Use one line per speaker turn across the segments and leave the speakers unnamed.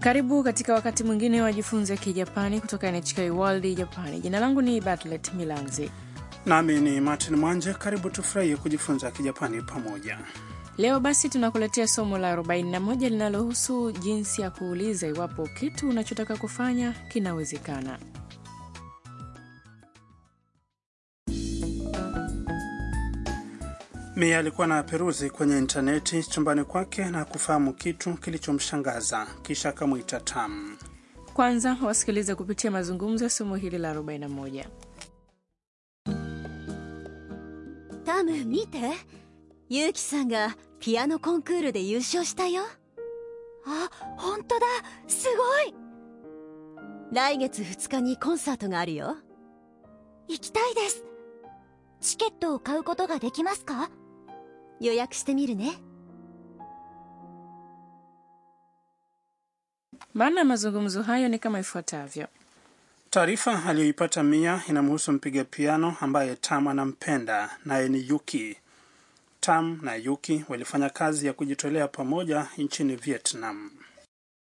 Karibu katika wakati mwingine wajifunze Kijapani kutoka NHK World Japani. Jina langu ni Bartlet Milanzi.
Nami ni Martin Mwanje. Karibu tufurahie kujifunza Kijapani pamoja.
Leo basi tunakuletea somo la 41 linalohusu jinsi ya kuuliza iwapo kitu unachotaka kufanya kinawezekana.
Mia alikuwa na peruzi kwenye intaneti chumbani kwake na kufahamu kitu kilichomshangaza, kisha akamwita Tam.
Kwanza wasikilize kupitia mazungumzo ya somo hili la 41.
タム見てユウキさんがピアノコンクールで優勝したよあ本当だすごい来月2日にコンサートがあるよ行きたいですチケットを買うことができますか予約してみるね
Maana ya mazungumzo hayo ni kama ifuatavyo.
Taarifa aliyoipata Mia inamhusu mpiga piano ambaye Tam anampenda naye ni Yuki. Tam na Yuki walifanya kazi ya kujitolea pamoja nchini Vietnam.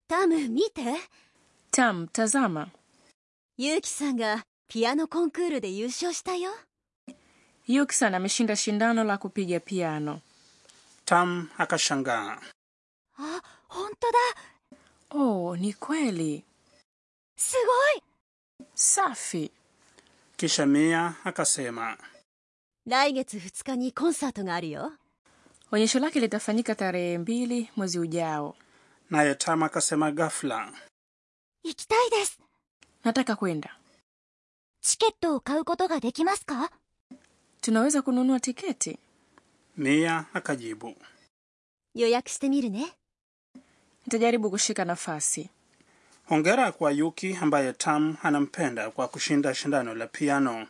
タム見て
Tam, tazama,
ユウキさんがピアノコンクールで優勝したよ
Yuki-san ameshinda shindano la kupiga piano.
Tam akashangaa.
あ本当だ
Oh, ni kweli.
すごい
Safi.
Kisha Mia akasema,
来月2日にコンサートがあるよ
Onyesho lake litafanyika tarehe mbili mwezi ujao.
naye Tam akasema ghafla.
行きたいです
Nataka kwenda.
チケットを買うことができますか
Tunaweza kununua tiketi?
Mia akajibu.
予約してみるね
Nitajaribu kushika nafasi.
Hongera kwa Yuki ambaye Tam anampenda kwa kushinda shindano la piano.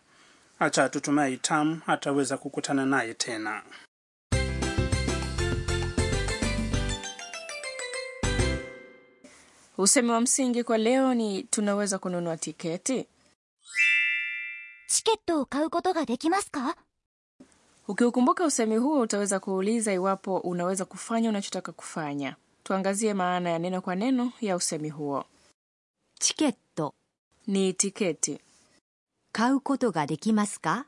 Acha tutumai Tam ataweza kukutana naye tena.
Usemi wa msingi kwa leo ni tunaweza kununua tiketi.
チケットを買うことができますか
Ukiukumbuka usemi huo, utaweza kuuliza iwapo unaweza kufanya unachotaka kufanya. Tuangazie maana ya neno kwa neno ya usemi huo.
チケット
Ni tiketi,
買うことができますか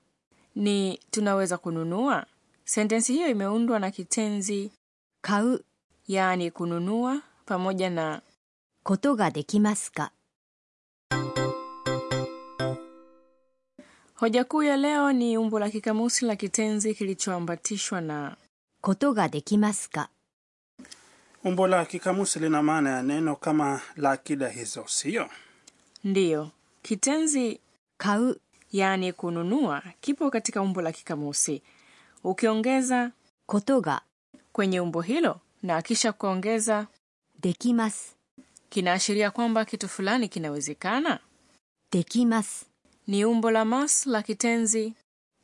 ni tunaweza kununua. Sentensi hiyo imeundwa na kitenzi
買う
yaani kununua pamoja na
ことができますか
hoja kuu ya leo ni umbo la kikamusi la kitenzi kilichoambatishwa na
ことができますか
Umbo la kikamusi lina maana ya neno kama la akida hizo, siyo?
ndiyo. Kitenzi
買う
yaani kununua kipo katika umbo la kikamusi. Ukiongeza
ことが
kwenye umbo hilo na kisha kuongeza
できます
kinaashiria kwamba kitu fulani kinawezekana.
できます
Ni umbo la mas la kitenzi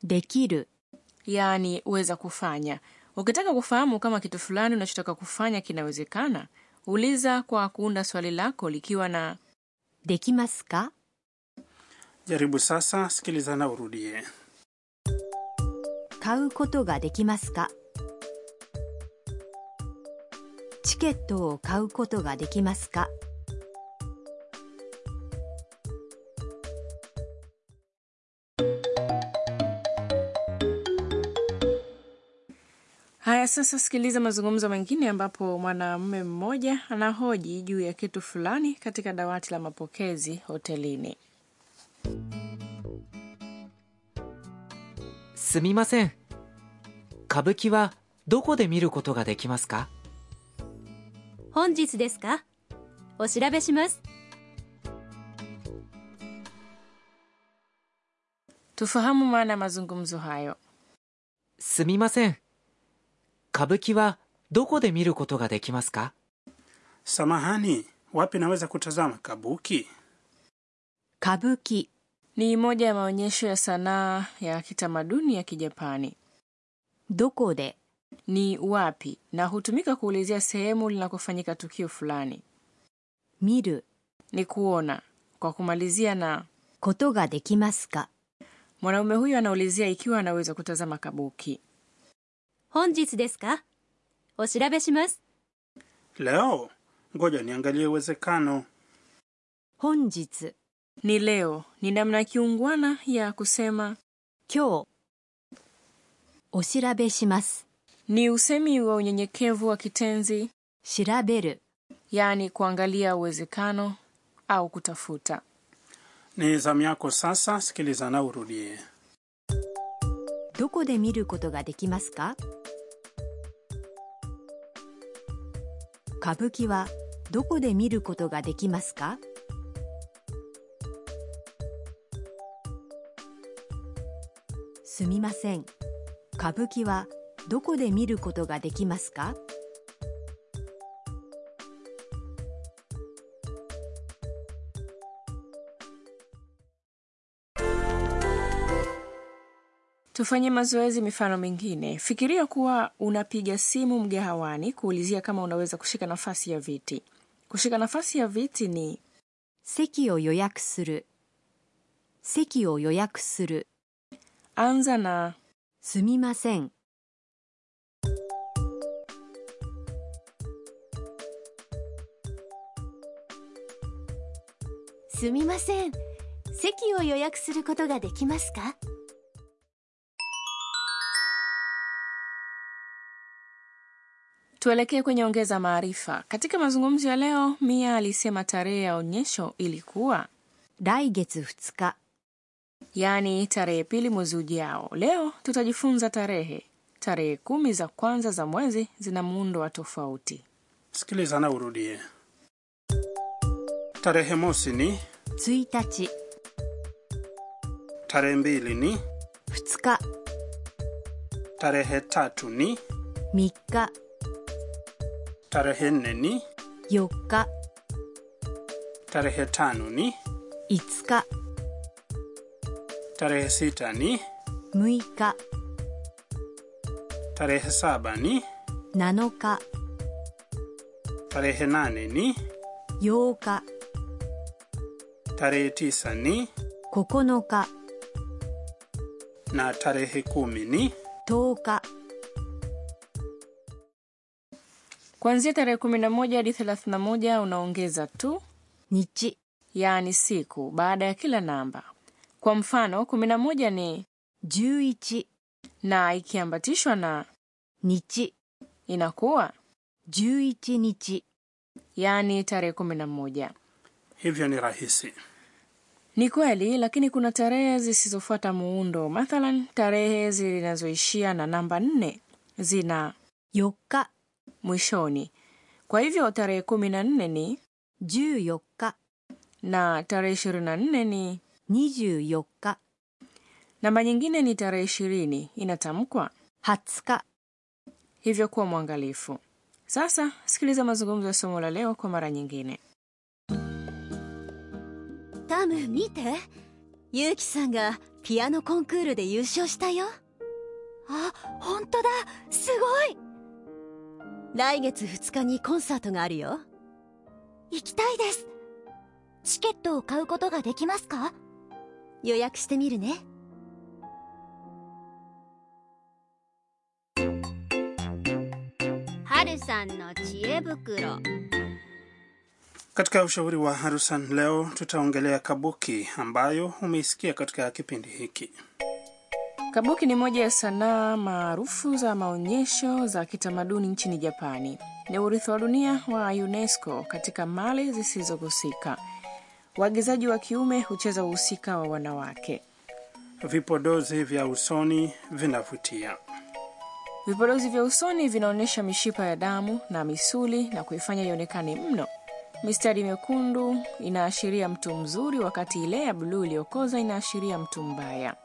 できる
yaani uweza kufanya. Ukitaka kufahamu kama kitu fulani unachotaka kufanya kinawezekana, uliza kwa kuunda swali lako likiwa na
できますか
Jaribu sasa, sikiliza na urudie.
買うことができますかチケットを買うことができますか
Haya, sasa sikiliza mazungumzo mengine ambapo mwanamume mmoja anahoji juu ya kitu fulani katika dawati la mapokezi hotelini.
すみません歌舞伎はどこで見ることができますか
本日ですかお調べします。
Tufahamu maana ya mazungumzo hayo.
すみません歌舞伎はどこで見ることができますか
Samahani, wapi naweza kutazama kabuki?
歌舞伎、
Ni moja ya maonyesho ya sanaa ya kitamaduni ya Kijapani.
どこで、
Ni wapi na hutumika kuulizia sehemu linakofanyika tukio fulani.
見る、
Ni kuona. Kwa kumalizia na
ことができますか
mwanaume huyu anaulizia ikiwa anaweza kutazama kabuki.
本日ですかお調べします。
Leo ngoja niangalie uwezekano
本日
ni leo ni namna ya kiungwana ya kusema
今日お調べします。
ni usemi wa unyenyekevu wa kitenzi
調べる。
yaani kuangalia uwezekano au kutafuta
ni zamu yako sasa sikiliza na urudie
どこで見ることができますか歌舞伎はどこで見ることができますかすみません歌舞伎はどこで見ることができますか
tufanye mazoezi mifano mingine fikiria kuwa unapiga simu mgahawani kuulizia kama unaweza kushika nafasi ya viti kushika nafasi ya viti ni
席を予約する席を予約する
anza na
すみません
すみません席を予約することができますか
tuelekee kwenye ongeza maarifa katika mazungumzo ya leo mia alisema tarehe ya onyesho ilikuwa
来月2日
yaani tarehe pili mwezi ujao leo tutajifunza tarehe tarehe kumi za kwanza za mwezi zina muundo wa tofauti
sikiliza na urudie tarehe mosi ni
1日
tarehe mbili ni
2日
tarehe tatu ni
3日
tarehe nne ni
4日
tarehe tano ni
5日
tarehe sita ni
6日
tarehe saba ni
7日
tarehe nane ni
8日
tarehe tisa ni
9日
na tarehe kumi ni
10日
kuanzia tarehe kumi na moja hadi thelathini na moja unaongeza tu
日
yaani siku baada ya kila namba kwa mfano kumi na moja ni
11
na ikiambatishwa na
日
inakuwa
11日
yaani tarehe kumi na moja
hivyo ni rahisi
ni kweli lakini kuna tarehe zisizofuata muundo mathalan tarehe zinazoishia na namba nne zina
4日
mwishoni kwa hivyo tarehe kumi na nne ni
14日
na tarehe ishirini na nne ni
24日
namba nyingine ni tarehe ishirini inatamkwa
20日
hivyo kuwa mwangalifu sasa sikiliza mazungumzo ya somo la leo kwa mara nyingine
タム見てユウキさんがピアノコンクールで優勝したよあ本当だすごい来月2日にコンサートがあるよ行きたいですチケットを買うことができますか予約してみるねはるさんの知恵袋
katika ushauri wa harusan leo tutaongelea kabuki ambayo umeisikia katika kipindi hiki
kabuki ni moja ya sanaa maarufu za maonyesho za kitamaduni nchini japani ni urithi wa dunia wa unesco katika mali zisizogusika waagizaji wa kiume hucheza uhusika wa wanawake
vipodozi vya usoni vinavutia
vipodozi vya usoni vinaonyesha mishipa ya damu na misuli na kuifanya ionekane mno mistari mekundu inaashiria mtu mzuri wakati ile ya bluu iliyokoza inaashiria mtu mbaya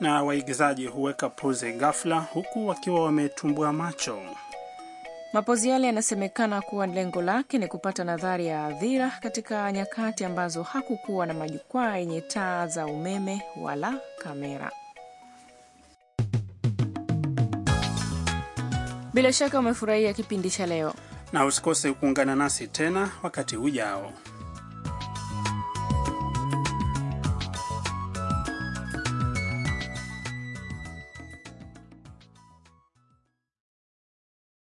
na waigizaji huweka pozi ghafla huku wakiwa wametumbua macho
mapozi yale yanasemekana kuwa lengo lake ni kupata nadhari ya hadhira katika nyakati ambazo hakukuwa na majukwaa yenye taa za umeme wala kamera bila shaka umefurahia kipindi cha leo
na usikose kuungana nasi tena wakati ujao